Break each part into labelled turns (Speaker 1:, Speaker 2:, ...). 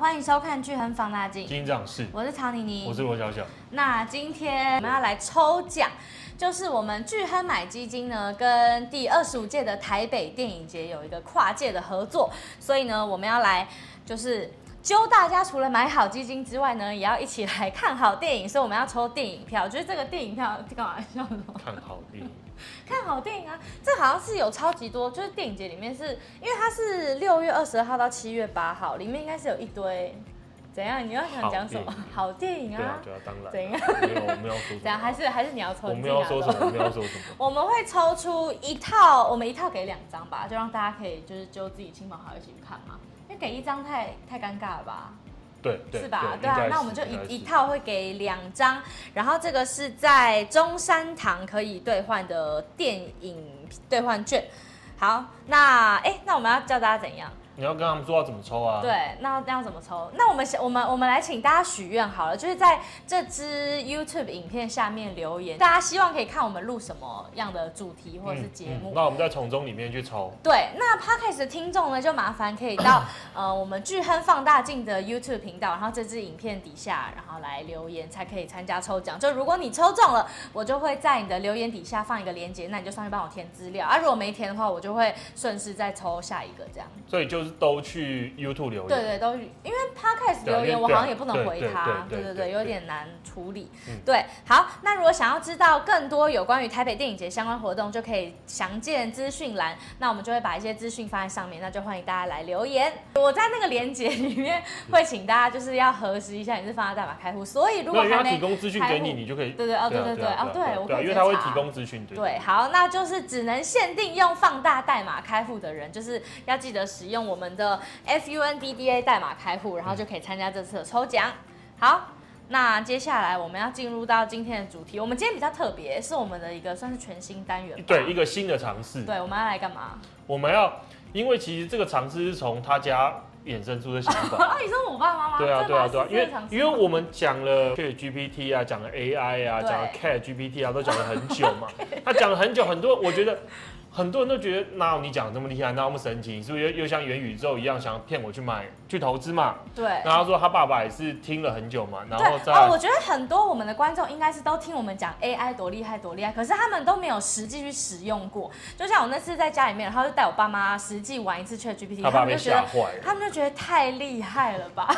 Speaker 1: 欢迎收看《剧很放大镜》，
Speaker 2: 金长是，
Speaker 1: 我是曹妮妮，
Speaker 2: 我是罗小小。
Speaker 1: 那今天我们要来抽奖，就是我们巨亨买基金呢，跟第二十五届的台北电影节有一个跨界的合作，所以呢，我们要来就是。揪大家除了买好基金之外呢，也要一起来看好电影，所以我们要抽电影票。我觉得这个电影票干嘛笑什么？
Speaker 2: 看好电影，
Speaker 1: 看好电影啊！这好像是有超级多，就是电影节里面是因为它是六月二十号到七月八号，里面应该是有一堆怎样？你要想讲什么？好电影
Speaker 2: 对
Speaker 1: 啊
Speaker 2: 啊，，对啊，当然啊。
Speaker 1: 怎样
Speaker 2: 没有，我们要说什么？啊
Speaker 1: 怎样？ 还是还是你要抽？
Speaker 2: 我
Speaker 1: 你自
Speaker 2: 们
Speaker 1: 己
Speaker 2: 要
Speaker 1: 拿
Speaker 2: 说
Speaker 1: 走
Speaker 2: 什么？我们要说 什么？
Speaker 1: 我们会抽出一套，我们一套给两张吧，就让大家可以就是揪自己亲朋好友一起去看嘛。因为给一张太太尴尬了吧？
Speaker 2: 对对
Speaker 1: 是吧？对
Speaker 2: 应该
Speaker 1: 啊，
Speaker 2: 是
Speaker 1: 那我们就
Speaker 2: 应该是
Speaker 1: 一一套会给两张，然后这个是在中山堂可以兑换的电影兑换券。好，那哎，那我们要教大家怎样？
Speaker 2: 你要跟他们说要怎么抽啊？，
Speaker 1: 对，那那要怎么抽？那我们先我们我们来请大家许愿好了，就是在这支 YouTube 影片下面留言，大家希望可以看我们录什么样的主题或者是节目。
Speaker 2: 嗯那我们在从中里面去抽。
Speaker 1: 对，那 podcast 的听众呢，就麻烦可以到呃我们巨亨放大镜的 YouTube 频道，然后这支影片底下，然后来留言才可以参加抽奖。就如果你抽中了，我就会在你的留言底下放一个链接，那你就上去帮我填资料啊。如果没填的话，我就会顺势再抽下一个这样。
Speaker 2: 所以就是都去 YouTube 留言。
Speaker 1: 对对，都是因为 podcast
Speaker 2: 对
Speaker 1: 留言，
Speaker 2: 因为
Speaker 1: 我好像也不能回
Speaker 2: 对
Speaker 1: 他，
Speaker 2: 对
Speaker 1: 对对
Speaker 2: 对对
Speaker 1: 对，
Speaker 2: 对
Speaker 1: 有点难处理
Speaker 2: 嗯。
Speaker 1: 对，好，那如果想要知道更多有关于台北电影节相关活动，就可以详见资讯栏。那我们就会把一些资讯放在上面，那就欢迎大家来留言。我在那个链接里面
Speaker 2: 嗯
Speaker 1: 会请大家就是要核实一下你是放在代码开户，所以如
Speaker 2: 对，
Speaker 1: 果
Speaker 2: 因为
Speaker 1: 还
Speaker 2: 他
Speaker 1: 没
Speaker 2: 提供资讯
Speaker 1: 开
Speaker 2: 给
Speaker 1: 户
Speaker 2: 你，你就可以。
Speaker 1: 对对哦对
Speaker 2: 啊
Speaker 1: 对对
Speaker 2: 啊
Speaker 1: 哦对
Speaker 2: 啊
Speaker 1: 我可以
Speaker 2: 对啊，因
Speaker 1: 直接
Speaker 2: 为他会
Speaker 1: 查
Speaker 2: 提供资讯，对
Speaker 1: 对，好，那就是只能限定用放大代码开户的人，就是要记得使用我们的 FUNDDA 代码开户，然后
Speaker 2: 嗯
Speaker 1: 就可以参加这次的抽奖。好，那接下来我们要进入到今天的主题，我们今天比较特别，是我们的一个算是全新单元吧。
Speaker 2: 对一个新的尝试。
Speaker 1: 对，我们要来干嘛？
Speaker 2: 我们要，因为其实这个尝试是从他家衍生出的想法。
Speaker 1: 啊，你说我爸妈吗？
Speaker 2: 对啊，
Speaker 1: 这
Speaker 2: 对啊，
Speaker 1: 吗
Speaker 2: 对啊，
Speaker 1: 是
Speaker 2: 因为
Speaker 1: 正常事
Speaker 2: 因为我们讲了 Chat GPT 啊，讲了 AI 啊，
Speaker 1: 对
Speaker 2: 讲了 Cat GPT 啊，都讲了很久嘛。 他讲了很久，很多我觉得很多人都觉得，哪有你讲的那么厉害，哪有那么神奇？是不是又又像元宇宙一样，想要骗我去买去投资嘛？
Speaker 1: 对。
Speaker 2: 然后他说他爸爸也是听了很久嘛，然后
Speaker 1: 对
Speaker 2: 再、
Speaker 1: 哦，我觉得很多我们的观众应该是都听我们讲 AI 多厉害多厉害，可是他们都没有实际去使用过。就像我那次在家里面，然后就带我爸妈实际玩一次 ChatGPT，他
Speaker 2: 他爸
Speaker 1: 们
Speaker 2: 被
Speaker 1: 就觉
Speaker 2: 吓
Speaker 1: 得。
Speaker 2: 坏了。
Speaker 1: 他们就觉得太厉害了吧，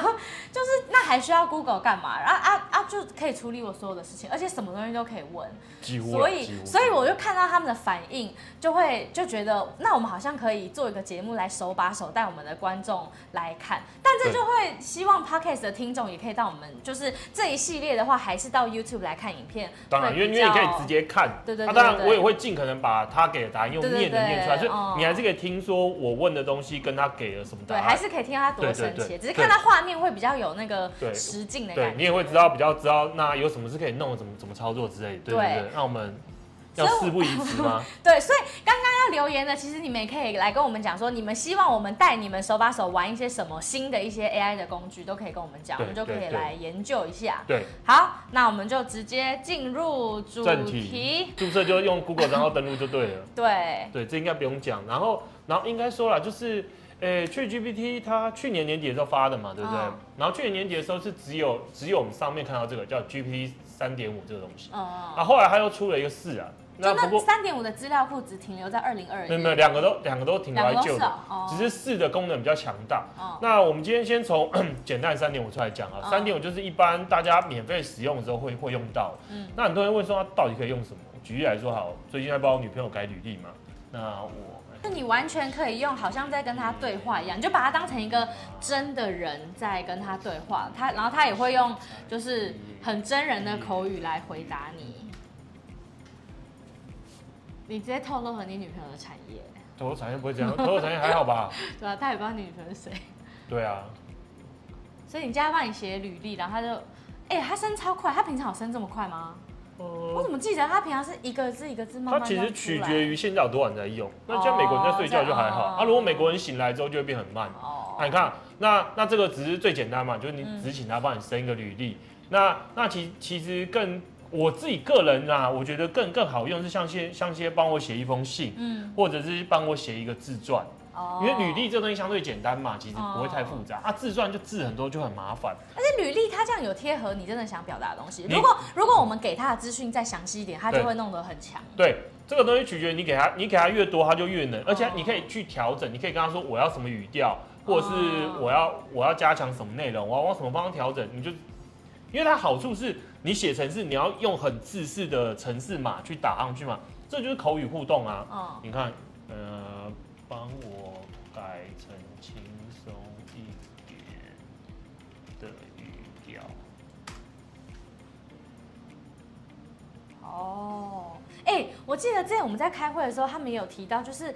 Speaker 1: 就是那还需要 Google 干嘛？然后啊啊就可以处理我所有的事情，而且什么东西都可以问，
Speaker 2: 几乎啊，
Speaker 1: 所
Speaker 2: 几乎
Speaker 1: 以所以我就看到他们的反应，就会就觉得那我们好像可以做一个节目来手把手带我们的观众来看，但这
Speaker 2: 对
Speaker 1: 就会希望 podcast 的听众也可以到我们就是这一系列的话，还是到 YouTube 来看影片，
Speaker 2: 当然，因
Speaker 1: 会
Speaker 2: 为因
Speaker 1: 比
Speaker 2: 为你可以
Speaker 1: 较
Speaker 2: 直接看，
Speaker 1: 对对
Speaker 2: 啊
Speaker 1: 对
Speaker 2: 当然
Speaker 1: 对对
Speaker 2: 我也会尽可能把他给的答案用
Speaker 1: 对对
Speaker 2: 念的
Speaker 1: 对
Speaker 2: 念出来，所以
Speaker 1: 哦
Speaker 2: 你还是可以听说我问的东西跟他给了什么答
Speaker 1: 对，
Speaker 2: 案，
Speaker 1: 还是可以听到他多
Speaker 2: 对对
Speaker 1: 神
Speaker 2: 对
Speaker 1: 奇，
Speaker 2: 对
Speaker 1: 只是看他画面会比较有那个
Speaker 2: 对
Speaker 1: 实境的感
Speaker 2: 对
Speaker 1: 觉。
Speaker 2: 你也会知道比较知道那有什么是可以弄的，怎么怎么操作之类的，对
Speaker 1: 对
Speaker 2: 对对。那我们
Speaker 1: 所
Speaker 2: 要
Speaker 1: 以我
Speaker 2: 事不宜迟吗？
Speaker 1: 对，所以刚刚要留言的，其实你们也可以来跟我们讲说，你们希望我们带你们手把手玩一些什么新的一些 AI 的工具，都可以跟我们讲，我
Speaker 2: 对
Speaker 1: 们就可以
Speaker 2: 对对
Speaker 1: 来研究一下。
Speaker 2: 对，
Speaker 1: 好，那我们就直接进入主
Speaker 2: 正
Speaker 1: 题
Speaker 2: 题。注册就用 Google 账号登录就对了。
Speaker 1: 对，
Speaker 2: 对，这应该不用讲。然后，然后应该说了，就是，诶、去 GPT 它去年年底的时候发的嘛，对不对？
Speaker 1: 嗯
Speaker 2: 然后去年年底的时候是只有只有我们上面看到这个叫 GPT 三点五这个东西，
Speaker 1: 嗯，
Speaker 2: 啊，后来它又出了一个四啊，
Speaker 1: 就
Speaker 2: 不
Speaker 1: 那
Speaker 2: 过
Speaker 1: 三点五的资料库只停留在二零二
Speaker 2: 没有
Speaker 1: 一，
Speaker 2: 没有，两个都两个都挺
Speaker 1: 两
Speaker 2: 怀
Speaker 1: 个都
Speaker 2: 旧
Speaker 1: 是
Speaker 2: 的，
Speaker 1: 哦，
Speaker 2: 只
Speaker 1: 哦
Speaker 2: 是四的功能比较强大。
Speaker 1: 哦
Speaker 2: 那我们今天先从 简单三点五出来讲啊，
Speaker 1: 嗯
Speaker 2: 三点五就是一般大家免费使用的时候会会用到。
Speaker 1: 嗯
Speaker 2: 嗯，那很多人问说它到底可以用什么？举例来说，好，最近在帮我女朋友改履历嘛，那我哎
Speaker 1: 就你完全可以用，好像在跟他对话一样，你就把它当成一个真的人在跟他对话，他然后他也会用就是很真人的口语来回答你。你直接透露了你女朋友的产业，
Speaker 2: 投入产业不会 这样，投入产业还好吧？
Speaker 1: 对吧、他也不知道你女朋友是谁，
Speaker 2: 对啊，
Speaker 1: 所以你叫他帮你写履历，然后他就，哎、他升超快，他平常有升这么快吗？我
Speaker 2: 呃，
Speaker 1: 怎么记得他平常是一个字一个字慢
Speaker 2: 它
Speaker 1: 慢
Speaker 2: 其实
Speaker 1: 慢
Speaker 2: 取
Speaker 1: 出来哦
Speaker 2: 决于现在有多少人在用。那像美国人在睡觉就还好，
Speaker 1: 哦这样哦
Speaker 2: 啊，如果美国人醒来之后就会变很慢。
Speaker 1: 哦
Speaker 2: 啊、你看，那那这个只是最简单嘛，就是你
Speaker 1: 嗯
Speaker 2: 只请他帮你申一个履历。那那其其实更我自己个人啦、我觉得更更好用是像些像些帮我写一封信，
Speaker 1: 嗯
Speaker 2: 或者是帮我写一个自传，
Speaker 1: 哦
Speaker 2: 因为履历这东西相对简单嘛，其实不会太复杂。啊，自传就字很多就很麻烦。
Speaker 1: 而且履历它这样有贴合你真的想表达的东西。
Speaker 2: 你
Speaker 1: 如果如果我们给他的资讯再详细一点，他就
Speaker 2: 对
Speaker 1: 会弄得很强。
Speaker 2: 对，这个东西取决于你给他，你给他越多，他就越能，而且
Speaker 1: 哦
Speaker 2: 你可以去调整，你可以跟他说我要什么语调，或者是
Speaker 1: 哦
Speaker 2: 我要我要加强什么内容，我要往什么方向调整，你就。因为它好处是，你写程式，你要用很自式的程式码去打上去嘛，这就是口语互动啊。
Speaker 1: 嗯，
Speaker 2: 你看，呃，帮我改成轻松一点的语调。
Speaker 1: 哦，哎、我记得之前我们在开会的时候，他们也有提到，就是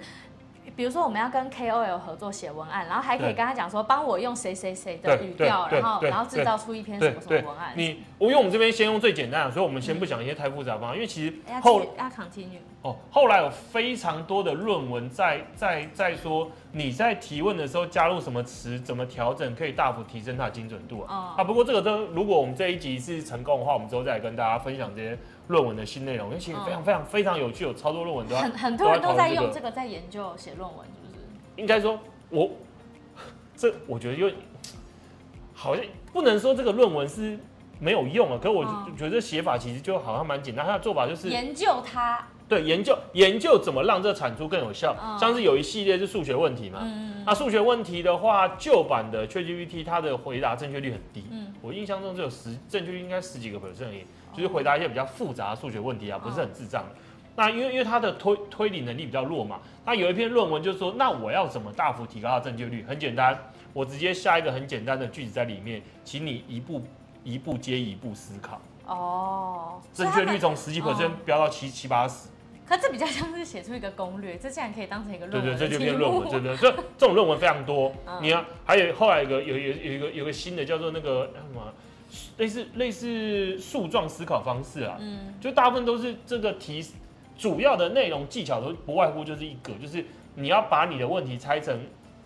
Speaker 1: 比如说我们要跟 KOL 合作写文案，然后还可以
Speaker 2: 对
Speaker 1: 跟他讲说，帮我用谁谁谁的
Speaker 2: 对
Speaker 1: 语调，
Speaker 2: 对
Speaker 1: 然后
Speaker 2: 对
Speaker 1: 然后制
Speaker 2: 对
Speaker 1: 造出一篇什么什么文案。
Speaker 2: 你，因为我们这边先用最简单的，所以我们先不讲一些太复杂的方案，因为其实
Speaker 1: 要
Speaker 2: 后
Speaker 1: 继续要 continue，
Speaker 2: 哦后来有非常多的论文在在在说你在提问的时候加入什么词，怎么调整可以大幅提升它的精准度啊。
Speaker 1: 哦
Speaker 2: 啊，不过这个都如果我们这一集是成功的话，我们之后再来跟大家分享这些论文的新内容，因为其实非常非常非常有趣，有超多论文都 在
Speaker 1: 很很多人都在
Speaker 2: 讨论这个
Speaker 1: 用这个在研究写论文，是不是？
Speaker 2: 应该说，我 这我觉得又好像不能说这个论文是没有用啊，可是我
Speaker 1: 嗯
Speaker 2: 就觉得写法其实就好像蛮简单，它的做法就是
Speaker 1: 研究它，
Speaker 2: 对研究研究怎么让这产出更有效，
Speaker 1: 嗯
Speaker 2: 像是有一系列是啊数学问题嘛。
Speaker 1: 嗯
Speaker 2: 那数学问题的话，旧版的 ChatGPT 它的回答正确率很低，
Speaker 1: 嗯哦
Speaker 2: 我印象中只有十正确率应该十几个 percent 而已，就是回答一些比较复杂的数学问题啊，不是很智障的。那因为因为他的推推理能力比较弱嘛，那有一篇论文就说，那我要怎么大幅提高它的正确率？很简单，我直接下一个很简单的句子在里面，请你一步一步接一步思考，
Speaker 1: 哦，所以
Speaker 2: 正
Speaker 1: 他
Speaker 2: 确
Speaker 1: 们
Speaker 2: 率从十几 percent
Speaker 1: 哦
Speaker 2: 飙到七七八十，
Speaker 1: 可这比较像是写出一个攻略，这竟然可以当成一个
Speaker 2: 对
Speaker 1: 论
Speaker 2: 对，
Speaker 1: 文
Speaker 2: 这
Speaker 1: 的
Speaker 2: 就
Speaker 1: 题
Speaker 2: 变论文，对
Speaker 1: 目。
Speaker 2: 对，这这种论文非常多。
Speaker 1: 嗯
Speaker 2: 你要还有后来有个有有有一个有一个新的叫做那个叫什么，类似类似树状思考方式啊，
Speaker 1: 嗯，
Speaker 2: 就大部分都是这个题主要的内容技巧都不外乎就是一个，就是你要把你的问题拆成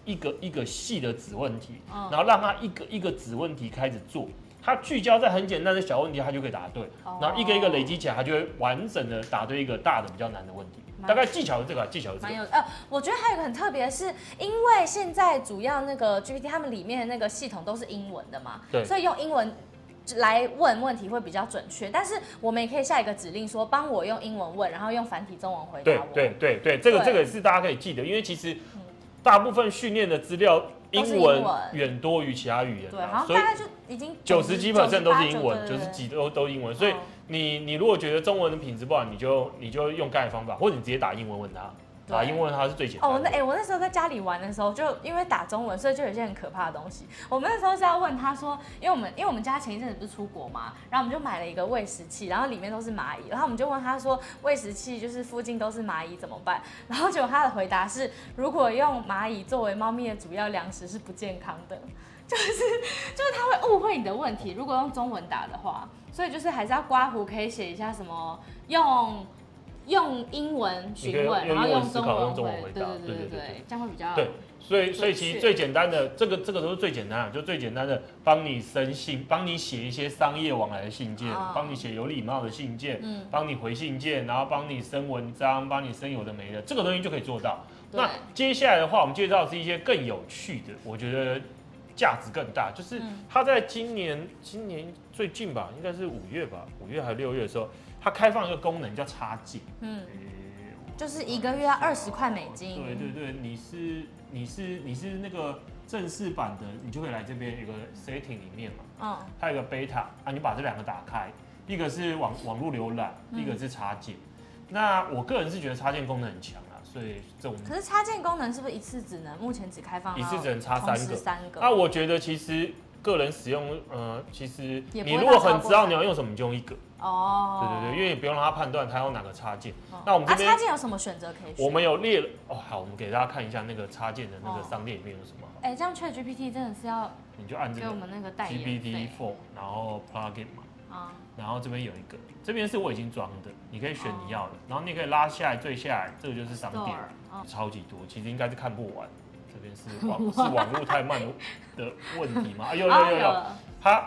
Speaker 2: 一个一个细的子问题，
Speaker 1: 嗯
Speaker 2: 然后让它一个一个子问题开始做，它聚焦在很简单的小问题，它就可以答对，
Speaker 1: 哦
Speaker 2: 然后一个一个累积起来，它就会完整的答对一个大的比较难的问题。
Speaker 1: 蛮
Speaker 2: 大概技巧是这个啊，技巧是这
Speaker 1: 蛮
Speaker 2: 个。
Speaker 1: 有呃，我觉得还有一个很特别的是，因为现在主要那个 GPT 他们里面的那个系统都是英文的嘛，
Speaker 2: 对
Speaker 1: 所以用英文。来问问题会比较准确，但是我们也可以下一个指令说，帮我用英文问，然后用繁体中文回答
Speaker 2: 对
Speaker 1: 我。
Speaker 2: 对对对，这个
Speaker 1: 对
Speaker 2: 这个是大家可以记得，因为其实大部分训练的资料
Speaker 1: 都是
Speaker 2: 英
Speaker 1: 英
Speaker 2: 文
Speaker 1: 文
Speaker 2: 远多于其他语言
Speaker 1: 对
Speaker 2: 啊，
Speaker 1: 好像大概就已经
Speaker 2: 九十几 percent 都是英文，
Speaker 1: 98
Speaker 2: 九
Speaker 1: 对
Speaker 2: 十
Speaker 1: 对
Speaker 2: 几都都英文，所以
Speaker 1: 哦
Speaker 2: 你你如果觉得中文的品质不好，你就你就用盖的方法，或者你直接打英文问他，
Speaker 1: 对
Speaker 2: 打英文问他是最简
Speaker 1: 哦，我
Speaker 2: 单
Speaker 1: 那
Speaker 2: 的
Speaker 1: 哎、。我那时候在家里玩的时候，就因为打中文，所以就有一些很可怕的东西。我们那时候是要问他说，因为我们因为我们家前一阵子不是出国嘛，然后我们就买了一个喂食器，然后里面都是蚂蚁，然后我们就问他说，喂食器就是附近都是蚂蚁怎么办？然后结果他的回答是，如果用蚂蚁作为猫咪的主要粮食是不健康的， 就是就是他会误会你的问题。如果用中文打的话，所以就是还是要刮胡可以写一下什么用。用英文
Speaker 2: 你可以
Speaker 1: 询
Speaker 2: 用
Speaker 1: 问，
Speaker 2: 用
Speaker 1: 然后
Speaker 2: 英文
Speaker 1: 用
Speaker 2: 思
Speaker 1: 中
Speaker 2: 考
Speaker 1: 文
Speaker 2: 用中文
Speaker 1: 回，
Speaker 2: 回
Speaker 1: 对
Speaker 2: 答
Speaker 1: 对对
Speaker 2: 对对
Speaker 1: 对
Speaker 2: 对
Speaker 1: 对，这样会比较
Speaker 2: 对，所以所
Speaker 1: 准确
Speaker 2: 以其实最简单的这个这个都是最简单的，就最简单的帮你生信，帮你写一些商业往来的信件
Speaker 1: 哦，
Speaker 2: 帮你写有礼貌的信件，
Speaker 1: 嗯，
Speaker 2: 帮你回信件，然后帮你生文章，帮你生有的没的，这个东西就可以做到。
Speaker 1: 对
Speaker 2: 那接下来的话，我们介绍的是一些更有趣的，我觉得价值更大，就是
Speaker 1: 嗯
Speaker 2: 它在今年今年最近吧，应该是五月吧，五月还是六月的时候，它开放一个功能叫插件。
Speaker 1: 嗯，
Speaker 2: 诶
Speaker 1: 就是一个月要二十块美金，
Speaker 2: 对对对，你是你是你是那个正式版的，你就可以来这边有个 setting 里面嘛，
Speaker 1: 嗯，
Speaker 2: 它有个 beta 啊，你把这两个打开，一个是网网络浏览，
Speaker 1: 嗯
Speaker 2: 一个是插件。那我个人是觉得插件功能很强啊，所以这种
Speaker 1: 可是插件功能是不是一次只能目前只开放
Speaker 2: 一次只能插
Speaker 1: 到哦同
Speaker 2: 三
Speaker 1: 时
Speaker 2: 个。
Speaker 1: 三
Speaker 2: 那
Speaker 1: 个？
Speaker 2: 我觉得其实个人使用，呃，其实
Speaker 1: 也不
Speaker 2: 你
Speaker 1: 会
Speaker 2: 如果
Speaker 1: 到超
Speaker 2: 很
Speaker 1: 过
Speaker 2: 知道
Speaker 1: 三
Speaker 2: 你要用什么，你就用一个。对
Speaker 1: 哦，
Speaker 2: 对对，因为你不用让他判断他要哪个插件。
Speaker 1: 嗯
Speaker 2: 那我们这
Speaker 1: 啊，
Speaker 2: 边
Speaker 1: 插件有什么选择可以选？
Speaker 2: 我们有列了哦，好，我们给大家看一下那个插件的那个
Speaker 1: 哦
Speaker 2: 商店里面有什么好，
Speaker 1: 哎，这样 ChatGPT 真的是要
Speaker 2: 你就按这
Speaker 1: 给我
Speaker 2: 个
Speaker 1: 们那个代言
Speaker 2: GPT
Speaker 1: 费
Speaker 2: Four，然后 Plugin 嘛，
Speaker 1: 啊，
Speaker 2: 然后这边有一个，这边是我已经装的，你可以选
Speaker 1: 哦
Speaker 2: 你要的，然后你也可以拉下来最下来，这个就是商店，
Speaker 1: Store，嗯
Speaker 2: 超级多，其实应该是看不完。
Speaker 1: 哦
Speaker 2: 这边是网是网络太慢的的问题吗？啊，有有有有，
Speaker 1: 了，
Speaker 2: 它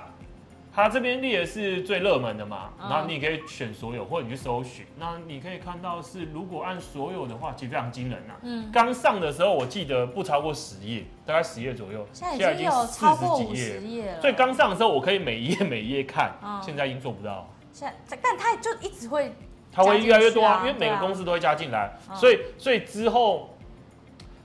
Speaker 2: 它这边列的是最热门的嘛，
Speaker 1: 嗯
Speaker 2: 然后你可以选所有，或者你去搜寻。那你可以看到是，如果按所有的话，其实非常惊人呐、啊
Speaker 1: 嗯，
Speaker 2: 刚上的时候，我记得不超过十页，大概十页左右，
Speaker 1: 现在已经有超过五十页了，
Speaker 2: 所以刚上的时候，我可以每一页每一页看，
Speaker 1: 嗯
Speaker 2: 现在已经做不到。
Speaker 1: 现在，但它就一直会
Speaker 2: 它会越来越多啊，
Speaker 1: 加进去啊
Speaker 2: 因为每个公司都会加进来，
Speaker 1: 嗯
Speaker 2: 所以所以之后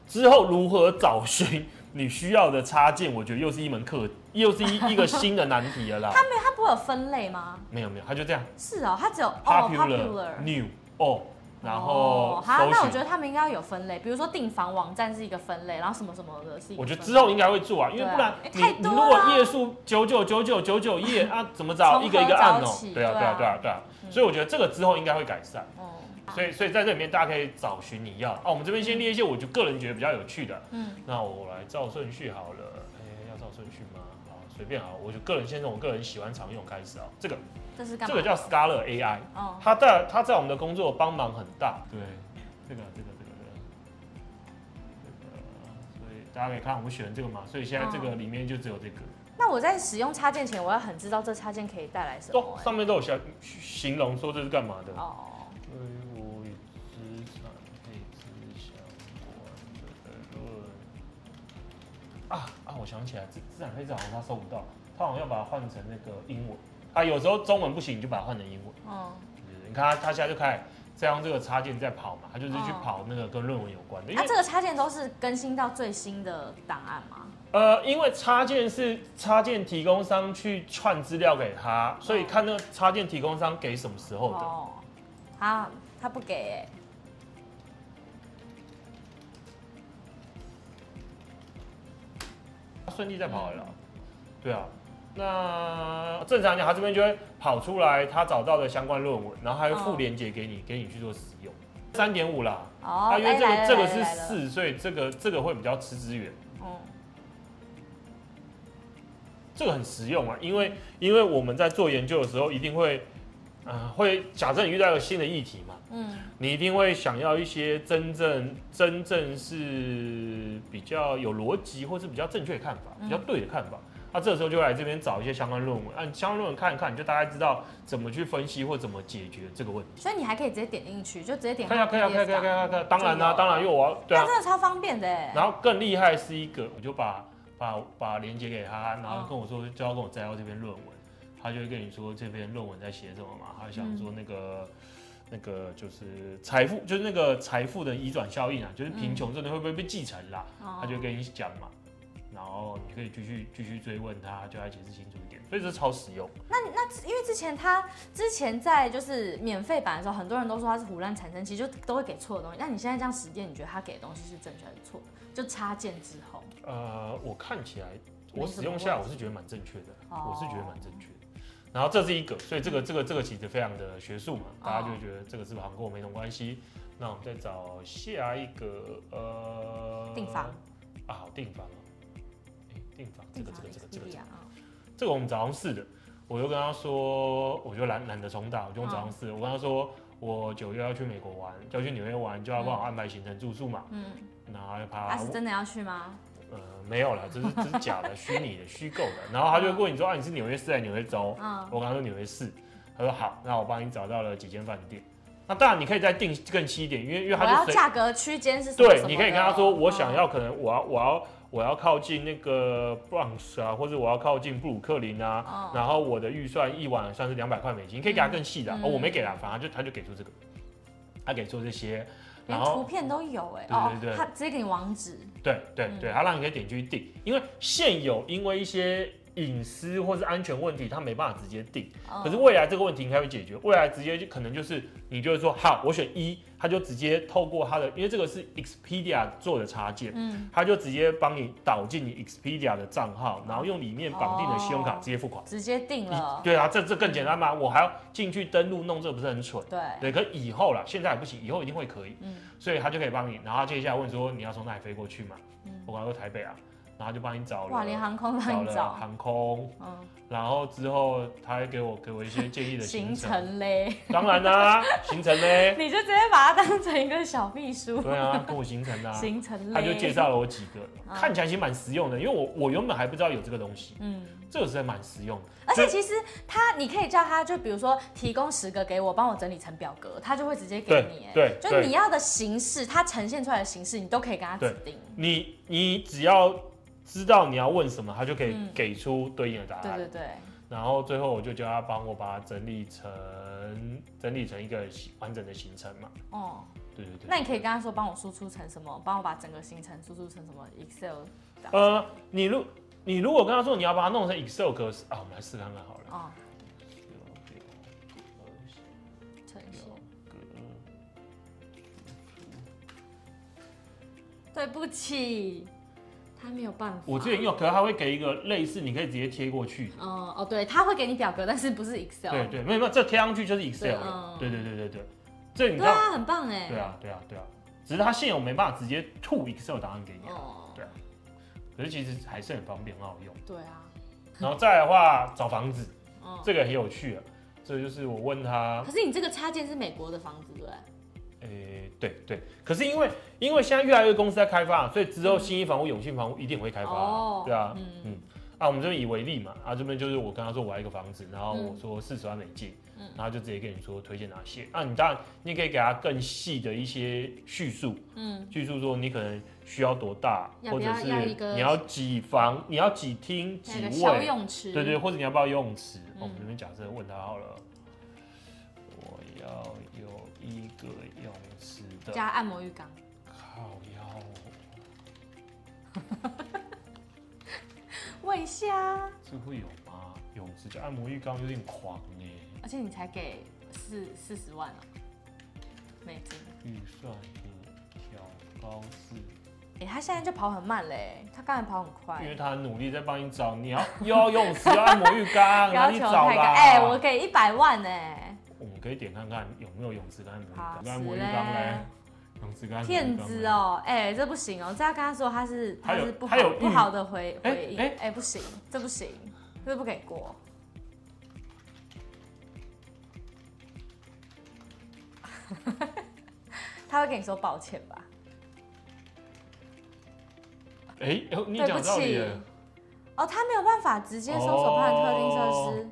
Speaker 2: 之后如何找寻你需要的插件，我觉得又是一门课，又是一一个新的难题 了啦。
Speaker 1: 没有，它不会有分类吗？
Speaker 2: 没有没有，它就这样
Speaker 1: 是哦，它只有哦
Speaker 2: popular new all，然后
Speaker 1: 哦好，
Speaker 2: 搜
Speaker 1: 那我觉
Speaker 2: 寻。
Speaker 1: 得他们应该要有分类，比如说订房网站是一个分类，然后什么什么的是一个分类。
Speaker 2: 我觉得之后应该会做啊，因为
Speaker 1: 对啊
Speaker 2: 不然
Speaker 1: 哎
Speaker 2: 你
Speaker 1: 太
Speaker 2: 你
Speaker 1: 多
Speaker 2: 如
Speaker 1: 了
Speaker 2: 果页数九九九九九九页啊，怎么找
Speaker 1: 从
Speaker 2: 一个一个
Speaker 1: 何找
Speaker 2: 按哦
Speaker 1: 起？
Speaker 2: 对啊对
Speaker 1: 对
Speaker 2: 啊
Speaker 1: 啊
Speaker 2: 对啊对啊，
Speaker 1: 嗯
Speaker 2: 所以我觉得这个之后应该会改善。
Speaker 1: 哦，
Speaker 2: 所以所以在这里面大家可以找寻你要的啊，我们这边先列一些我就个人觉得比较有趣的，
Speaker 1: 嗯，
Speaker 2: 那我来照顺序好了，哎、要照顺序吗？好，随便好，我就个人先从我个人喜欢常用开始啊。这个
Speaker 1: 这是干
Speaker 2: 这
Speaker 1: 嘛？
Speaker 2: 个叫 Scala AI，
Speaker 1: 哦，
Speaker 2: 它在它在我们的工作帮忙很大。对，这个这个这个这个这个，所以大家可以看我们选这个嘛，所以现在这个里面就只有这个，
Speaker 1: 那我在使用插件前，我要很知道这插件可以带来什
Speaker 2: 都、
Speaker 1: 么、欸。
Speaker 2: 哦上面都有形形容说这是干嘛的。
Speaker 1: 哦，
Speaker 2: 对我与资产配置相关的论啊啊！我想起来，资资产配置好像他收不到，他好像要把它换成那个英文啊。有时候中文不行，你就把它换成英文。
Speaker 1: 嗯，
Speaker 2: 就是你看他，他现在就开始在用这个插件在跑嘛，他就是去
Speaker 1: 哦啊
Speaker 2: 跑那个跟论文有关的，因
Speaker 1: 那、
Speaker 2: 为
Speaker 1: 这个插件都是更新到最新的档案吗？
Speaker 2: 呃，因为插件是插件提供商去串资料给他，所以看那个插件提供商给什么时候的。
Speaker 1: 哦，啊，他不给、欸，
Speaker 2: 顺利再跑回来了。对啊，那正常讲，他这边就会跑出来他找到的相关论文，然后还会附
Speaker 1: 哦
Speaker 2: 链接给你，给你去做使用。三点五啦，
Speaker 1: 哦，
Speaker 2: 啊，因为
Speaker 1: 哎
Speaker 2: 这
Speaker 1: 来
Speaker 2: 个
Speaker 1: 了
Speaker 2: 这
Speaker 1: 来
Speaker 2: 个
Speaker 1: 了
Speaker 2: 是
Speaker 1: 来了
Speaker 2: 四，所以这个这个会比较吃资源，
Speaker 1: 嗯，
Speaker 2: 这个很实用啊，因为因为我们在做研究的时候一定会，啊，会假设你遇到一个新的议题嘛，
Speaker 1: 嗯，
Speaker 2: 你一定会想要一些真正真正是比较有逻辑，或是比较正确的看法，
Speaker 1: 嗯
Speaker 2: 比较对的看法。那、这个时候就来这边找一些相关论文，按、相关论文看一看，你就大概知道怎么去分析或怎么解决这个问题。
Speaker 1: 所以你还可以直接点进去，就直接点
Speaker 2: 可以啊，
Speaker 1: 它
Speaker 2: 可以啊，
Speaker 1: 的
Speaker 2: 可以啊，可以
Speaker 1: PDF
Speaker 2: 啊，可以啊，可以啊当然啦、
Speaker 1: 就有
Speaker 2: 当然，因为我要对啊
Speaker 1: 那。真的超方便的、欸，
Speaker 2: 然后更厉害是一个，我就把把把链接给他，然后跟我说就要跟我摘要这篇论文，他就会跟你说这篇论文在写什么嘛，他想说那个、那个就是财富，就是那个财富的移转效应啊，就是贫穷真的会不会被继承啦，
Speaker 1: 哦
Speaker 2: 他就跟你讲嘛。然后你可以继续继续追问他，叫他解释清楚一点，所以这超实用。
Speaker 1: 那那因为之前他之前在就是免费版的时候，很多人都说他是胡乱产生，其实就都会给错的东西。那你现在这样实验，你觉得他给的东西是正确还是错？就插件之后，
Speaker 2: 呃，我看起来我
Speaker 1: 没什
Speaker 2: 使
Speaker 1: 么
Speaker 2: 用下来
Speaker 1: 问
Speaker 2: 我是觉得蛮正确的，
Speaker 1: 哦
Speaker 2: 我是觉得蛮正确的。然后这是一个，所以这个这个这个其实非常的学术嘛，
Speaker 1: 哦
Speaker 2: 大家就觉得这个是不是好像跟我没什么关系？那我们再找下一个呃
Speaker 1: 订房
Speaker 2: 啊，好订房哦，哎订房这个这个这个这个这个
Speaker 1: 啊，
Speaker 2: 这个我们早上试的，我就跟他说，我就懒懒得重打，我就用早上
Speaker 1: 嗯
Speaker 2: 试的，我跟他说我九月要去美国玩，要去纽约玩，就要帮我安排行程住宿嘛，
Speaker 1: 嗯，
Speaker 2: 然后害
Speaker 1: 他、
Speaker 2: 怕
Speaker 1: 是真的要去吗？
Speaker 2: 呃，没有啦，这是这是假的、虚拟的、虚构的。然后他就问你说啊，你是纽约市还是纽约州？
Speaker 1: 嗯
Speaker 2: 我跟他说纽约市，他说好，那我帮你找到了几间饭店。那当然你可以再定更细一点，因为因为
Speaker 1: 我
Speaker 2: 他
Speaker 1: 要
Speaker 2: 就随
Speaker 1: 价格区间是什么什么
Speaker 2: 对
Speaker 1: 的？，嗯
Speaker 2: 你可以跟他说我想要可能我要我要我要靠近那个 Bronx 啊，或者我要靠近布鲁克林啊。
Speaker 1: 哦，
Speaker 2: 然后我的预算一晚算是两百块美金，你可以给他更细的啊、
Speaker 1: 嗯
Speaker 2: 哦，我没给他，反正他就他就给出这个，他给出这些，然
Speaker 1: 嗯连
Speaker 2: 后
Speaker 1: 图片都有哎、
Speaker 2: 对
Speaker 1: 哦
Speaker 2: 对对
Speaker 1: 他直接给你网址，
Speaker 2: 对对对，
Speaker 1: 嗯
Speaker 2: 它让你可以点进去订，因为现有因为一些隐私或是安全问题，它没办法直接订。
Speaker 1: 嗯
Speaker 2: 可是未来这个问题应该会解决，未来直接就可能就是你就会说好，我选一，它就直接透过它的，因为这个是 Expedia 做的插件。
Speaker 1: 嗯，
Speaker 2: 它就直接帮你导进你 Expedia 的账号，然后用里面绑定的信用卡
Speaker 1: 哦嗯
Speaker 2: 直接付款。
Speaker 1: 直接定了，
Speaker 2: 对啊，这这更简单嘛，我还要进去登录弄，这不是很蠢？
Speaker 1: 对，
Speaker 2: 对，可以后啦，现在还不行，以后一定会可以。
Speaker 1: 嗯
Speaker 2: 所以他就可以帮你。然后他接下来问说你要从哪里飞过去嘛？
Speaker 1: 嗯
Speaker 2: 我跟他说台北啊。然后就帮你找了，
Speaker 1: 哇，连航空帮你
Speaker 2: 找了
Speaker 1: 找，
Speaker 2: 航空，
Speaker 1: 嗯，
Speaker 2: 然后之后他还给我给我一些建议的
Speaker 1: 行
Speaker 2: 行程，
Speaker 1: 程嘞，
Speaker 2: 当然啦、 行程嘞，
Speaker 1: 你就直接把它当成一个小秘书，
Speaker 2: 对啊，跟我行程啊，
Speaker 1: 行程嘞，
Speaker 2: 他就介，绍了我几个，
Speaker 1: 嗯
Speaker 2: 看起来其实蛮实用的，因为我我原本还不知道有这个东西，
Speaker 1: 嗯。
Speaker 2: 这个实在蛮实用的，
Speaker 1: 而且
Speaker 2: 就
Speaker 1: 其实他，你可以叫他，就比如说提供十个给我，帮我整理成表格，他就会直接给
Speaker 2: 对
Speaker 1: 你。哎
Speaker 2: 对
Speaker 1: 就
Speaker 2: 对
Speaker 1: 你要的形式，它呈现出来的形式，你都可以跟他指定。
Speaker 2: 你你只要知道你要问什么，他就可以
Speaker 1: 嗯
Speaker 2: 给出对应的答
Speaker 1: 对
Speaker 2: 案。
Speaker 1: 对对，
Speaker 2: 然后最后我就叫他帮我把它整理成整理成一个行完整的行程嘛。
Speaker 1: 哦，
Speaker 2: 对对对。
Speaker 1: 那你可以跟他说，帮我输出成什么，帮我把整个行程输出成什么 Excel。
Speaker 2: 呃，你如你如果跟他说你要把它弄成 Excel 格式啊，我们来试看看好了。
Speaker 1: 哦，呈现。对不起，他没有办法。
Speaker 2: 我之前有，可是他会给一个类似，你可以直接贴过去。
Speaker 1: 嗯哦，对，他会给你表格，但是不是 Excel。
Speaker 2: 对对，没有没有，这贴上去就是 Excel 了
Speaker 1: 嗯。
Speaker 2: 对对对对对，这你
Speaker 1: 对
Speaker 2: 知道？
Speaker 1: 啊，很棒哎。
Speaker 2: 对啊对啊对啊，只是他现有没办法直接吐 Excel 档案给你啊。
Speaker 1: 哦，
Speaker 2: 对可是其实还是很方便，很好用。
Speaker 1: 对啊，
Speaker 2: 然后再来的话，找房子，
Speaker 1: 嗯。
Speaker 2: 这个很有趣啊。这就是我问他，
Speaker 1: 可是你这个插件是美国的房子对不对？
Speaker 2: 诶、对对。可是因为因为现在越来越多公司在开发，所以之后新一房屋、永庆房屋一定会开发啊、
Speaker 1: 嗯哦
Speaker 2: 对啊。
Speaker 1: 嗯
Speaker 2: 嗯啊，我们这边以为例嘛，啊这边就是我跟他说我要一个房子，然后
Speaker 1: 嗯
Speaker 2: 我说四十万美金，
Speaker 1: 嗯
Speaker 2: 然后就直接跟你说推荐哪些。啊，你当然你也可以给他更细的一些叙述，
Speaker 1: 嗯，
Speaker 2: 叙述说你可能需要多大，
Speaker 1: 要
Speaker 2: 或
Speaker 1: 不
Speaker 2: 者
Speaker 1: 要
Speaker 2: 是
Speaker 1: 要一个
Speaker 2: 你要几房，你要几厅
Speaker 1: 那
Speaker 2: 几
Speaker 1: 个
Speaker 2: 卫
Speaker 1: 小，泳池，
Speaker 2: 对对，，或者你要不要游泳池？哦
Speaker 1: 嗯
Speaker 2: 我们这边假设问他好了，我要有一个游泳池的，
Speaker 1: 加按摩浴缸，
Speaker 2: 靠腰，
Speaker 1: 问一下，
Speaker 2: 这会有吗？泳池加按摩浴缸有点狂呢，
Speaker 1: 而且你才给四四十万哦，美金，
Speaker 2: 预算的调高是，
Speaker 1: 哎、他现在就跑很慢嘞，他刚才跑很
Speaker 2: 因
Speaker 1: 快，
Speaker 2: 为他很努力在帮你找，你要又要游泳池，又 要按摩浴缸，哪
Speaker 1: 要
Speaker 2: 里
Speaker 1: 求
Speaker 2: 找
Speaker 1: 太高，
Speaker 2: 啦？
Speaker 1: 哎、我给一百万呢、
Speaker 2: 我们可以点看看有没有泳池跟按摩浴
Speaker 1: 好
Speaker 2: 缸，跟按摩浴缸嘞，泳池跟按摩浴缸
Speaker 1: 骗
Speaker 2: 嘞
Speaker 1: 子！哦、哎、这不行哦、这要跟他说他是
Speaker 2: 还
Speaker 1: 他
Speaker 2: 有
Speaker 1: 是不好
Speaker 2: 还有
Speaker 1: 不
Speaker 2: 预
Speaker 1: 好的回回应，哎、
Speaker 2: 哎
Speaker 1: 不行，这不行，这不给过。 他会跟你说抱歉吧？
Speaker 2: 哎、哎你
Speaker 1: 对不
Speaker 2: 讲道理
Speaker 1: 起
Speaker 2: 了。
Speaker 1: 哦，他没有办法直接搜索判特定设
Speaker 2: 哦
Speaker 1: 施、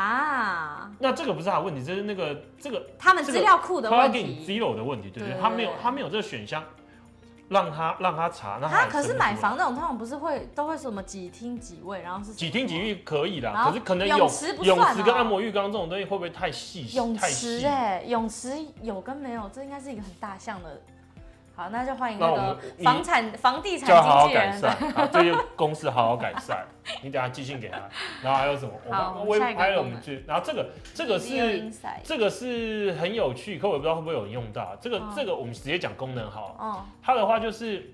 Speaker 1: 啊，
Speaker 2: 那这个不是他的问题，这是那个这个
Speaker 1: 他们资料库的
Speaker 2: 他要
Speaker 1: 问
Speaker 2: 给你
Speaker 1: 题。
Speaker 2: zero 的问题，对不
Speaker 1: 对
Speaker 2: 对？
Speaker 1: 对
Speaker 2: 他没有
Speaker 1: 对
Speaker 2: 他没有这个选项，让他让他查，那
Speaker 1: 他
Speaker 2: 还
Speaker 1: 可
Speaker 2: 生
Speaker 1: 是
Speaker 2: 不
Speaker 1: 买
Speaker 2: 出来
Speaker 1: 房那种，通常不是会都会什么几厅几卫，然后是什么
Speaker 2: 几厅几浴可以
Speaker 1: 然
Speaker 2: 啦，
Speaker 1: 后
Speaker 2: 可是可能
Speaker 1: 泳池不算
Speaker 2: 泳
Speaker 1: 哦
Speaker 2: 池跟按摩浴缸这种东西会不会太细？
Speaker 1: 泳
Speaker 2: 太
Speaker 1: 池
Speaker 2: 细
Speaker 1: 哎、泳池有跟没有，这应该是一个很大项的。好，那就欢迎
Speaker 2: 那
Speaker 1: 那
Speaker 2: 我们
Speaker 1: 个房产房地
Speaker 2: 就
Speaker 1: 产
Speaker 2: 要好好
Speaker 1: 经纪
Speaker 2: 改
Speaker 1: 人
Speaker 2: 善，啊，这些公司好好改善。 你等下寄信给他，然后还有什么？我
Speaker 1: 好
Speaker 2: 们
Speaker 1: 我们
Speaker 2: 我也
Speaker 1: 下一个
Speaker 2: 还有
Speaker 1: 部
Speaker 2: 我们
Speaker 1: 门
Speaker 2: 去，然后这个这个
Speaker 1: Real
Speaker 2: 是
Speaker 1: Insight
Speaker 2: 这个是很有趣，可我也不知道会不会有人用到。啊这个
Speaker 1: 嗯
Speaker 2: 这个我们直接讲功能好了，
Speaker 1: 哦，
Speaker 2: 他的话就是，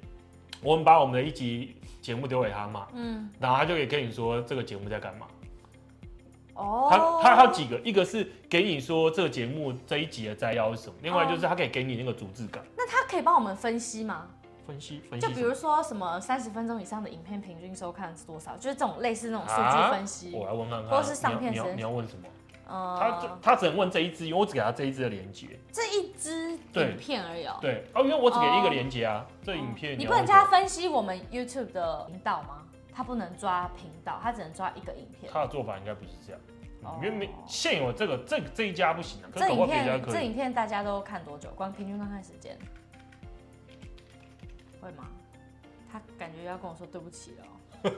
Speaker 2: 我们把我们的一集节目丢给他嘛，
Speaker 1: 嗯，
Speaker 2: 然后他就可以跟你说这个节目在干嘛。
Speaker 1: 哦
Speaker 2: 他，他他有几个，一个是给你说这个节目这一集的摘要是什么，另外就是他可以给你那个逐字稿
Speaker 1: 那他可以帮我们分析吗？
Speaker 2: 分析分析
Speaker 1: 就比
Speaker 2: 什么。
Speaker 1: 如说什么三十分钟以上的影片平均收看是多少，就是这种类似那种数据
Speaker 2: 啊
Speaker 1: 分析。
Speaker 2: 我来问看看，
Speaker 1: 或是上片
Speaker 2: 你要
Speaker 1: 时
Speaker 2: 你要你要问什么？他就
Speaker 1: 呃，
Speaker 2: 他只能问这一支，因为我只给他这一支的连接。
Speaker 1: 这一支
Speaker 2: 对
Speaker 1: 影片而已哦。
Speaker 2: 对，哦，因为我只给一
Speaker 1: 哦
Speaker 2: 个连接啊，这影片
Speaker 1: 你
Speaker 2: 要
Speaker 1: 不能
Speaker 2: 问
Speaker 1: 叫他
Speaker 2: 什么
Speaker 1: 分析我们 YouTube 的频道吗？他不能抓频道，他只能抓一个影片。
Speaker 2: 他的做法应该不是这样，
Speaker 1: 哦
Speaker 2: 因为没现有这个这这一家不行啊，可
Speaker 1: 这
Speaker 2: 是搞不
Speaker 1: 影
Speaker 2: 好别家
Speaker 1: 片
Speaker 2: 可
Speaker 1: 这
Speaker 2: 以。
Speaker 1: 影片大家都看多久？光平均观看时间会吗？他感觉要跟我说对不起了哦，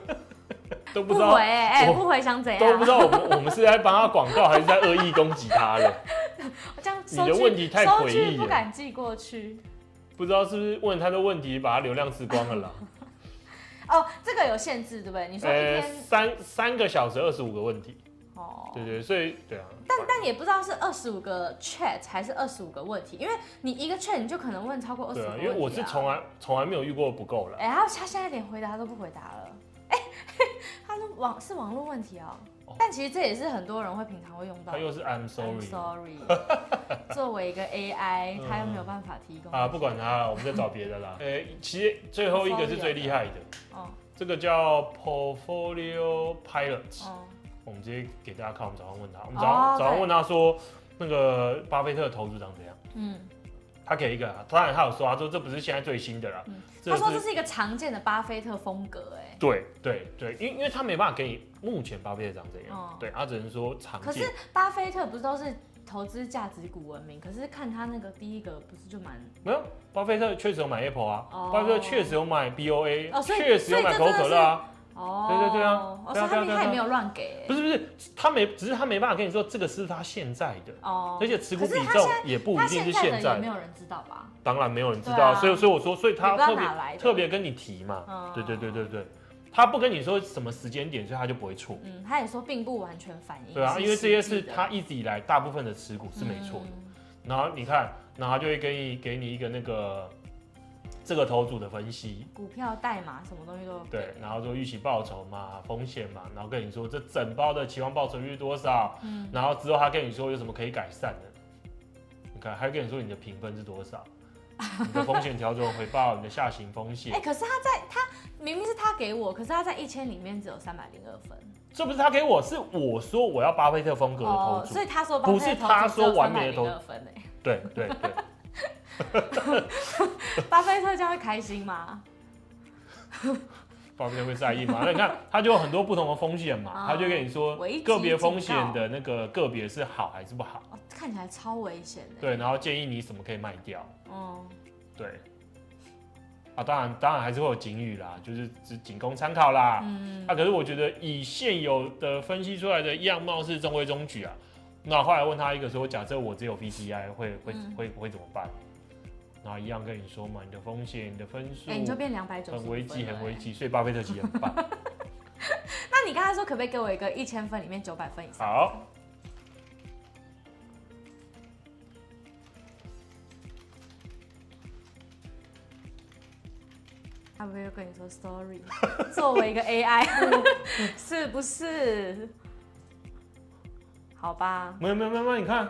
Speaker 2: 都不
Speaker 1: 不
Speaker 2: 知
Speaker 1: 回
Speaker 2: 道
Speaker 1: 哎、
Speaker 2: 我
Speaker 1: 不回想怎样？
Speaker 2: 都不知道我们我们是在帮他广告，还是在恶意攻击他了？
Speaker 1: 这样
Speaker 2: 你
Speaker 1: 收
Speaker 2: 的
Speaker 1: 据
Speaker 2: 问题太
Speaker 1: 收
Speaker 2: 诡
Speaker 1: 据
Speaker 2: 异
Speaker 1: 不
Speaker 2: 了
Speaker 1: 敢寄过去
Speaker 2: 不知道是不是问他的问题把他流量吃光了啦？
Speaker 1: 哦，这个有限制对不对？你说一
Speaker 2: 呃，
Speaker 1: 天、
Speaker 2: 三三个小时二十五个问题，
Speaker 1: 哦，
Speaker 2: 对对，所以对啊。
Speaker 1: 但但也不知道是二十五个 chat 还是二十五个问题，因为你一个 chat 你就可能问超过二十
Speaker 2: 对
Speaker 1: 五个
Speaker 2: 啊
Speaker 1: 问，题、
Speaker 2: 因为我是从来从来没有遇过不够了。
Speaker 1: 哎、他他现在连回答都不回答了，哎、他说网是网络问题哦、
Speaker 2: 哦
Speaker 1: 但其实这也是很多人会平常会用到
Speaker 2: 他
Speaker 1: 的。
Speaker 2: 又是
Speaker 1: I'm
Speaker 2: I'm sorry
Speaker 1: sorry，作 为一个 AI，
Speaker 2: 嗯啊
Speaker 1: 它又没有办法提供
Speaker 2: 啊，不管他了，我们再找别的啦。呃，其实最后一个是最厉害的，
Speaker 1: 哦，
Speaker 2: 这个叫 Portfolio Pilot，、
Speaker 1: 哦，
Speaker 2: 我们直接给大家看。我们早上问他，我们
Speaker 1: 哦
Speaker 2: 早上、早上
Speaker 1: 对
Speaker 2: 问他说，那个巴菲特的投资长怎样？
Speaker 1: 嗯，
Speaker 2: 他给一个，当然他有说，他说这不是现在最新的啦，
Speaker 1: 嗯
Speaker 2: 这
Speaker 1: 他说这
Speaker 2: 是
Speaker 1: 是一个常见的巴菲特风格，哎，
Speaker 2: 对对对，因为因为他没办法给你目前巴菲特长这样，
Speaker 1: 哦
Speaker 2: 对他只能说常
Speaker 1: 可
Speaker 2: 见
Speaker 1: 是。巴菲特不是都是投资价值股闻名？可是看他那个第一个不是就蛮
Speaker 2: 没有，巴菲特确实有买 Apple 啊，
Speaker 1: 哦
Speaker 2: 巴菲特确实有买 BOA，
Speaker 1: 哦所以
Speaker 2: 确、实有买可
Speaker 1: 所以这真的
Speaker 2: 口可
Speaker 1: 是
Speaker 2: 乐啊。
Speaker 1: 哦，
Speaker 2: 对对对啊
Speaker 1: 哦，
Speaker 2: 对
Speaker 1: 所
Speaker 2: 啊
Speaker 1: 以他们
Speaker 2: 对啊对啊
Speaker 1: 他也没有乱给
Speaker 2: 不
Speaker 1: 欸，
Speaker 2: 是不是，他没，只是他没办法跟你说这个是他现在的，
Speaker 1: 哦
Speaker 2: 而，且持股
Speaker 1: 可
Speaker 2: 比
Speaker 1: 是他
Speaker 2: 重
Speaker 1: 现在
Speaker 2: 也不
Speaker 1: 他
Speaker 2: 一定是
Speaker 1: 现
Speaker 2: 现
Speaker 1: 在的
Speaker 2: 在
Speaker 1: 也没
Speaker 2: 的，
Speaker 1: 有人知道吧？
Speaker 2: 当然没有人知
Speaker 1: 对
Speaker 2: 道，
Speaker 1: 啊
Speaker 2: 所以所以我说，所以
Speaker 1: 也
Speaker 2: 他
Speaker 1: 不知道
Speaker 2: 特
Speaker 1: 哪来
Speaker 2: 别
Speaker 1: 的
Speaker 2: 特别跟你提嘛，
Speaker 1: 嗯，
Speaker 2: 对对对对对，他不跟你说什么时间点，所以他就不会错，
Speaker 1: 嗯，他也说并不完全反映，
Speaker 2: 对啊，因为这些是他
Speaker 1: 嗯
Speaker 2: 一直以来大部分的持股是没错的，然后你看，然后他就会给你给你一个那个这个投组的分析，
Speaker 1: 股票代码什么东西都有给
Speaker 2: 对，，然啊后说预期报酬嘛、风险嘛，然后跟你说这整包的期望报酬率是多少，
Speaker 1: 嗯
Speaker 2: 然后之后他跟你说有什么可以改善的，你看，还跟你说你的评分是多少，你的风险调整回报，你的下行风
Speaker 1: 哎、
Speaker 2: 险，
Speaker 1: 可是他在他明明是他给我，可是他在一千里面只有三百零二分
Speaker 2: 这不是他给我，是我说我要巴菲特风格的投
Speaker 1: 哦所
Speaker 2: 资，
Speaker 1: 以他说
Speaker 2: 不是他说完美的投
Speaker 1: 资分哎、
Speaker 2: 对对对，
Speaker 1: 巴菲特这样会开心吗？
Speaker 2: 巴菲特会在意吗？那你看 他就有很多不同的风险嘛，
Speaker 1: 哦
Speaker 2: 他就跟你说
Speaker 1: 危机
Speaker 2: 个别风
Speaker 1: 警告
Speaker 2: 险的那个个别是好还是不好，
Speaker 1: 哦，看起来超危险的、
Speaker 2: 对，然后建议你什么可以卖掉。
Speaker 1: 嗯，
Speaker 2: 对。啊，当然，当然还是会有警语啦，就是只仅供参考啦。
Speaker 1: 嗯
Speaker 2: 啊，可是我觉得以现有的分析出来的样貌是中规中矩啊。那后来问他一个说，假设我只有 VCI 会会
Speaker 1: 嗯
Speaker 2: 会会怎么办？然后一样跟你说嘛，你的风险、你的分数
Speaker 1: 哎、你就变两百九十，欸
Speaker 2: 很危机，很危。机，所以巴菲特其实很棒。
Speaker 1: 那你刚才说可不可以给我一个一千分里面九百分以上？
Speaker 2: 好。
Speaker 1: 他不会跟你说 sorry？作为一 个 AI，是
Speaker 2: 嗯
Speaker 1: 不是？好吧，
Speaker 2: 没有没有没有，没有你看，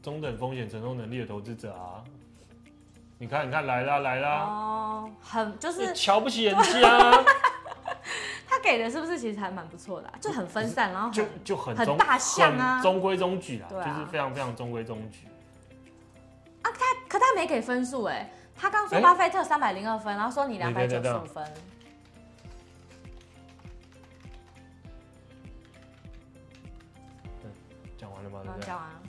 Speaker 2: 中等风险承受能力的投资者啊，你看你看来啦来啦，
Speaker 1: 哦，很就是
Speaker 2: 你瞧不起人
Speaker 1: 啊
Speaker 2: 家，
Speaker 1: 他给的是不是其实还蛮不错的啊、就很分散，然后
Speaker 2: 就
Speaker 1: 很
Speaker 2: 就很
Speaker 1: 很
Speaker 2: 中
Speaker 1: 大象啊
Speaker 2: 很中规中矩啦，
Speaker 1: 对啊
Speaker 2: 就是非常非常中规中矩。
Speaker 1: 可他没给分数哎、他刚说
Speaker 2: 哎
Speaker 1: 巴菲特三百零二分，然后说你两百
Speaker 2: 对
Speaker 1: 九
Speaker 2: 对对
Speaker 1: 十五分，
Speaker 2: 讲完了吗？
Speaker 1: 然
Speaker 2: 对
Speaker 1: 后
Speaker 2: 不
Speaker 1: 嗯
Speaker 2: 对
Speaker 1: 讲？完了。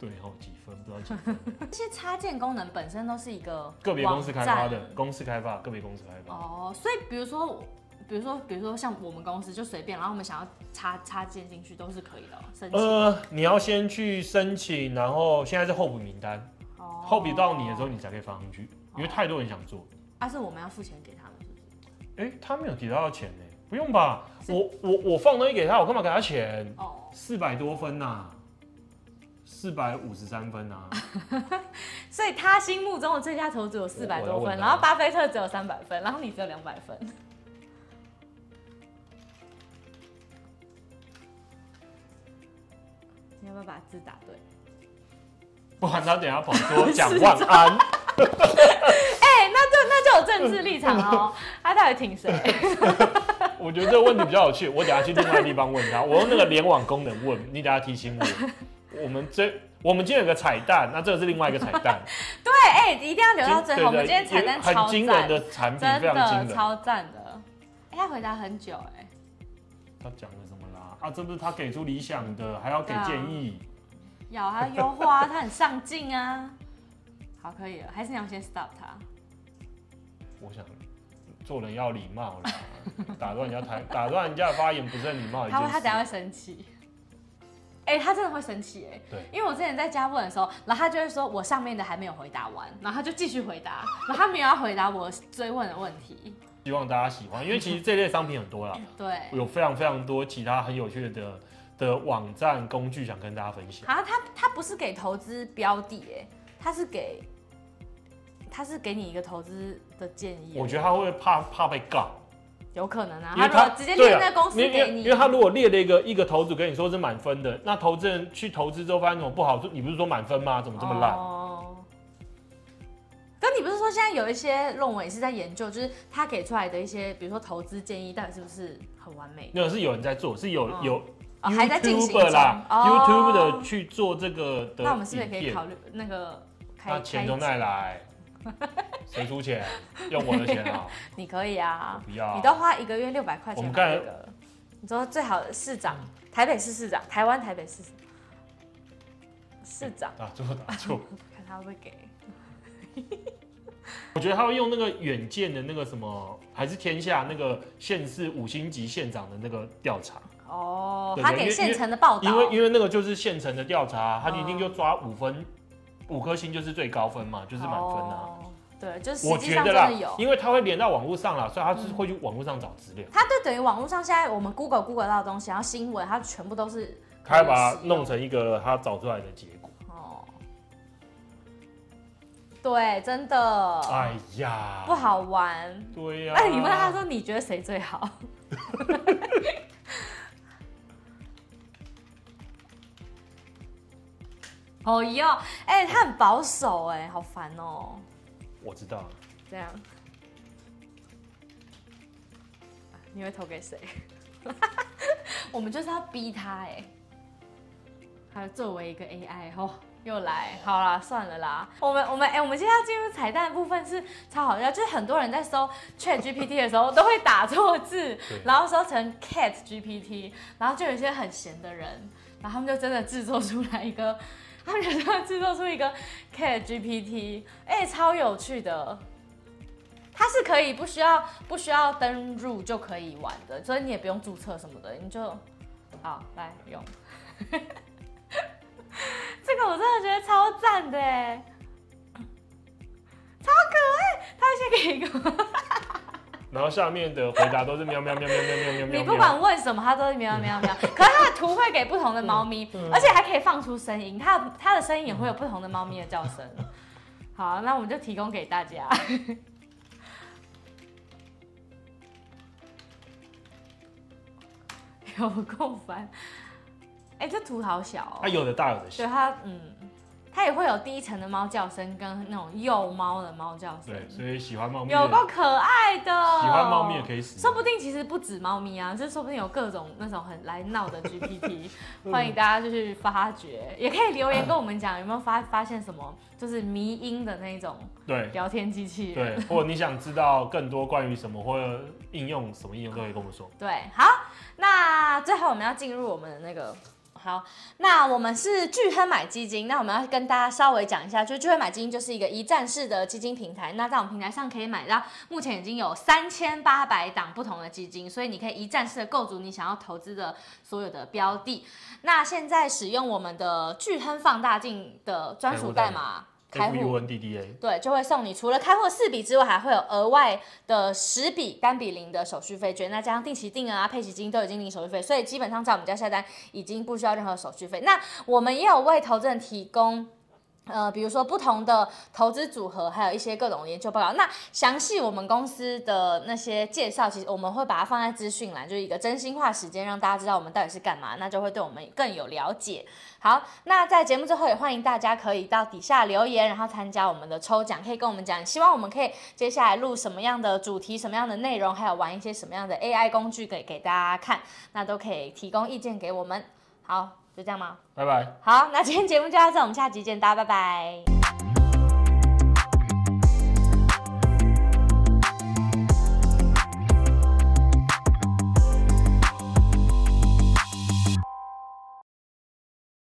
Speaker 2: 对，好几分，不知道几分。
Speaker 1: 这些插件功能本身都是一个
Speaker 2: 个别公司开发的
Speaker 1: 网，站
Speaker 2: 公司开发，个别公司开发。
Speaker 1: 哦，所以比如说我，比如说，比如说像我们公司就随便，然后我们想要插插件进去都是可以的哦，申请。
Speaker 2: 呃，你要先去申请，然后现在是候补名单，
Speaker 1: 哦
Speaker 2: 候补到你的时候，你才可以放上去，因为太多人想做。
Speaker 1: 啊，是我们要付钱给他们，是不是？
Speaker 2: 哎、他没有提到要钱呢、不用吧？
Speaker 1: 是
Speaker 2: 我我我放东西给他，我干嘛给他钱？
Speaker 1: 哦，
Speaker 2: 四百多分呐、四百五十三分 呐、
Speaker 1: 所以他心目中的最佳投资有四百
Speaker 2: 我
Speaker 1: 多
Speaker 2: 我要
Speaker 1: 分，
Speaker 2: 问他
Speaker 1: 然后巴菲特只有三百分，然后你只有两百分。 你要不要把字打对？
Speaker 2: 不然他等一下 跑说讲万安，
Speaker 1: 哎、那就那就有政治立场哦， 他到底挺谁？
Speaker 2: 我觉得这个问题比较有趣，我等一下去另外地方问他，我用那个联网功能问你，等一下提醒我。我们这我们今天有个彩蛋，那这个是另外一个彩蛋，
Speaker 1: 对，哎、一定要留到最后。我们今天彩蛋
Speaker 2: 也很
Speaker 1: 超
Speaker 2: 惊
Speaker 1: 赞
Speaker 2: 人，的产品，
Speaker 1: 真
Speaker 2: 非常惊
Speaker 1: 的
Speaker 2: 人。
Speaker 1: 超赞的。哎、他回答很久、哎，
Speaker 2: 他讲了什么啦？啊，这不是他给出理想的，还要给
Speaker 1: 对啊
Speaker 2: 建议。
Speaker 1: 要他优化啊，他很上进啊。好，可以了，还是你要先 stop 他。
Speaker 2: 我想做人要礼貌 啦，打断人家台，打断人家的发言不是很礼貌的一
Speaker 1: 他
Speaker 2: 件
Speaker 1: 会，
Speaker 2: 事。
Speaker 1: 他等下会生气。 哎、他真的会生气哎、
Speaker 2: 对
Speaker 1: 因为我之前在家问的时候，然后他就会说我上面的还没有回答完，然后他就继续回答，然后他没有要回答我追问的问题。
Speaker 2: 希望大家喜欢，因为其实这类商品很多啦，
Speaker 1: 对，
Speaker 2: 有非常非常多其他很有趣的的网站工具想跟大家分享。
Speaker 1: 啊，他他不是给投资标的哎、他是给他是给你一个投资的建议欸、
Speaker 2: 我觉得他会怕怕被告，
Speaker 1: 有可能啊，
Speaker 2: 因
Speaker 1: 他
Speaker 2: 为
Speaker 1: 如果
Speaker 2: 他
Speaker 1: 直接
Speaker 2: 对
Speaker 1: 列
Speaker 2: 啊
Speaker 1: 在公司
Speaker 2: 因为因
Speaker 1: 给
Speaker 2: 为
Speaker 1: 你，
Speaker 2: 因为他如果列了一个一个投资跟你说是满分的，那投资人去投资之后发现怎么不好，你不是说满分吗？怎么这么烂？
Speaker 1: 哦可哦你不是说现在有一些论文也是在研究，就是他给出来的一些，比如说投资建议，到底是不是很完美？
Speaker 2: 那是有人在做，是有
Speaker 1: 嗯
Speaker 2: 有
Speaker 1: 哦还在进行
Speaker 2: YouTuber 啦
Speaker 1: 中哦
Speaker 2: ，YouTube 的去做这个的。
Speaker 1: 那我们是不是也可以考？虑那个
Speaker 2: 那
Speaker 1: 开
Speaker 2: 钱
Speaker 1: 开
Speaker 2: 从哪里来？谁出钱？用我的钱啊？
Speaker 1: 你可以啊，
Speaker 2: 不要啊
Speaker 1: 你都花一个月六百块钱
Speaker 2: 我们
Speaker 1: 买
Speaker 2: 干嗯
Speaker 1: 这个。你说最好的市长，台北市市长，台湾台北市市长，
Speaker 2: 打错打错。
Speaker 1: 看他会不会给。
Speaker 2: 我觉得他会用那个远见的那个什么，还是天下那个县市五星级县长的那个调查，
Speaker 1: 哦，
Speaker 2: 对
Speaker 1: 他
Speaker 2: 对因
Speaker 1: 给
Speaker 2: 为
Speaker 1: 县城的报道，
Speaker 2: 因为因为那个就是县城的调查，他
Speaker 1: 哦
Speaker 2: 一定就抓五分，五颗星就是最高分嘛，就是满分啊。
Speaker 1: 哦对，就是
Speaker 2: 我
Speaker 1: 实际
Speaker 2: 觉
Speaker 1: 上
Speaker 2: 得
Speaker 1: 真
Speaker 2: 啦
Speaker 1: 的有，。嗯
Speaker 2: 因为他会连到网络上啦，所以他是会去网络上找资料，
Speaker 1: 它对等于网络上现在我们 Google Google 到的东西，然后新闻，它全部都是
Speaker 2: 他会把它弄成一个他找出来的结果。
Speaker 1: 哦。对，真的、
Speaker 2: 哎呀，
Speaker 1: 不。好玩。
Speaker 2: 对哎呀、
Speaker 1: 那、哦哎你问他说你觉得谁最好？ 哦哟，哎、他很保守哎、好烦哦、
Speaker 2: 我知道，
Speaker 1: 这样，啊你会投给谁？ 我们就是要逼他哎、他作为一个 AI 哦，又来，好啦，算了啦。我们我们哎、我们现在要进入彩蛋的部分是超好笑，就是很多人在搜 Chat GPT 的时候都会打错字
Speaker 2: 对，
Speaker 1: 然后搜成 Cat GPT，然后就有一些很闲的人，然后他们就真的制作出来一个，他们就真的制作出一个 Cat GPT，哎、超有趣的。它是可以不需要不需要登入就可以玩的，所以你也不用注册什么的，你就好来用。 这个我真的觉得超赞的哎，超可爱。他先给一个，
Speaker 2: 然后下面的回答都是喵喵喵喵喵喵喵喵。
Speaker 1: 你不管问什么，他都是喵喵 喵。可是他的图会给不同的猫
Speaker 2: 嗯
Speaker 1: 咪，
Speaker 2: 啊
Speaker 1: 而且还可以放出声音，它的它的声音也会有不同的猫咪的叫 声。好，那我们就提供给大家。 有够烦，哎、这图好小哦、
Speaker 2: 它有的大有的
Speaker 1: 对
Speaker 2: 小，
Speaker 1: 它，嗯，它也会有低沉的猫叫声跟那种幼猫的猫叫声，
Speaker 2: 对，所以喜欢猫咪的，
Speaker 1: 有够可爱的。
Speaker 2: 喜欢猫咪也可以死，
Speaker 1: 说不定其实不止猫咪啊，就是说不定有各种那种很来闹的 GPT，欢迎大家就去发掘，也可以留言跟我们讲有没有发发现什么，就是迷音的那种
Speaker 2: 对
Speaker 1: 聊天机器人。
Speaker 2: 对，或者你想知道更多关于什么或者应用什么应用都可以跟我们说。
Speaker 1: 对，好，那最后我们要进入我们的那个。好，那我们是聚亨买基金，那我们要跟大家稍微讲一下，就是聚亨买基金就是一个一站式的基金平台。那在我们平台上可以买到，目前已经有三千八百档不同的基金，所以你可以一站式的构筑你想要投资的所有的标的。那现在使用我们的聚亨放大镜的专属代码开
Speaker 2: F
Speaker 1: 户
Speaker 2: U N D D A，
Speaker 1: 对，就会送你除了开户四笔之外，还会有额外的十笔单笔零的手续费券，那加上定期定额啊、配息金都已经零手续费，所以基本上在我们家下单已经不需要任何手续费。那我们也有为投资人提供。呃，比如说不同的投资组合，还有一些各种研究报告。那详细我们公司的那些介绍，其实我们会把它放在资讯栏，就是一个真心话时间，让大家知道我们到底是干嘛，那就会对我们更有了解。好，那在节目最后也欢迎大家可以到底下留言，然后参加我们的抽奖，可以跟我们讲，希望我们可以接下来录什么样的主题、什么样的内容，还有玩一些什么样的 AI 工具给给大家看，那都可以提供意见给我们。好，就这样吗？
Speaker 2: 拜拜。
Speaker 1: 好，那今天节目就到这，我们下集见，大家拜拜。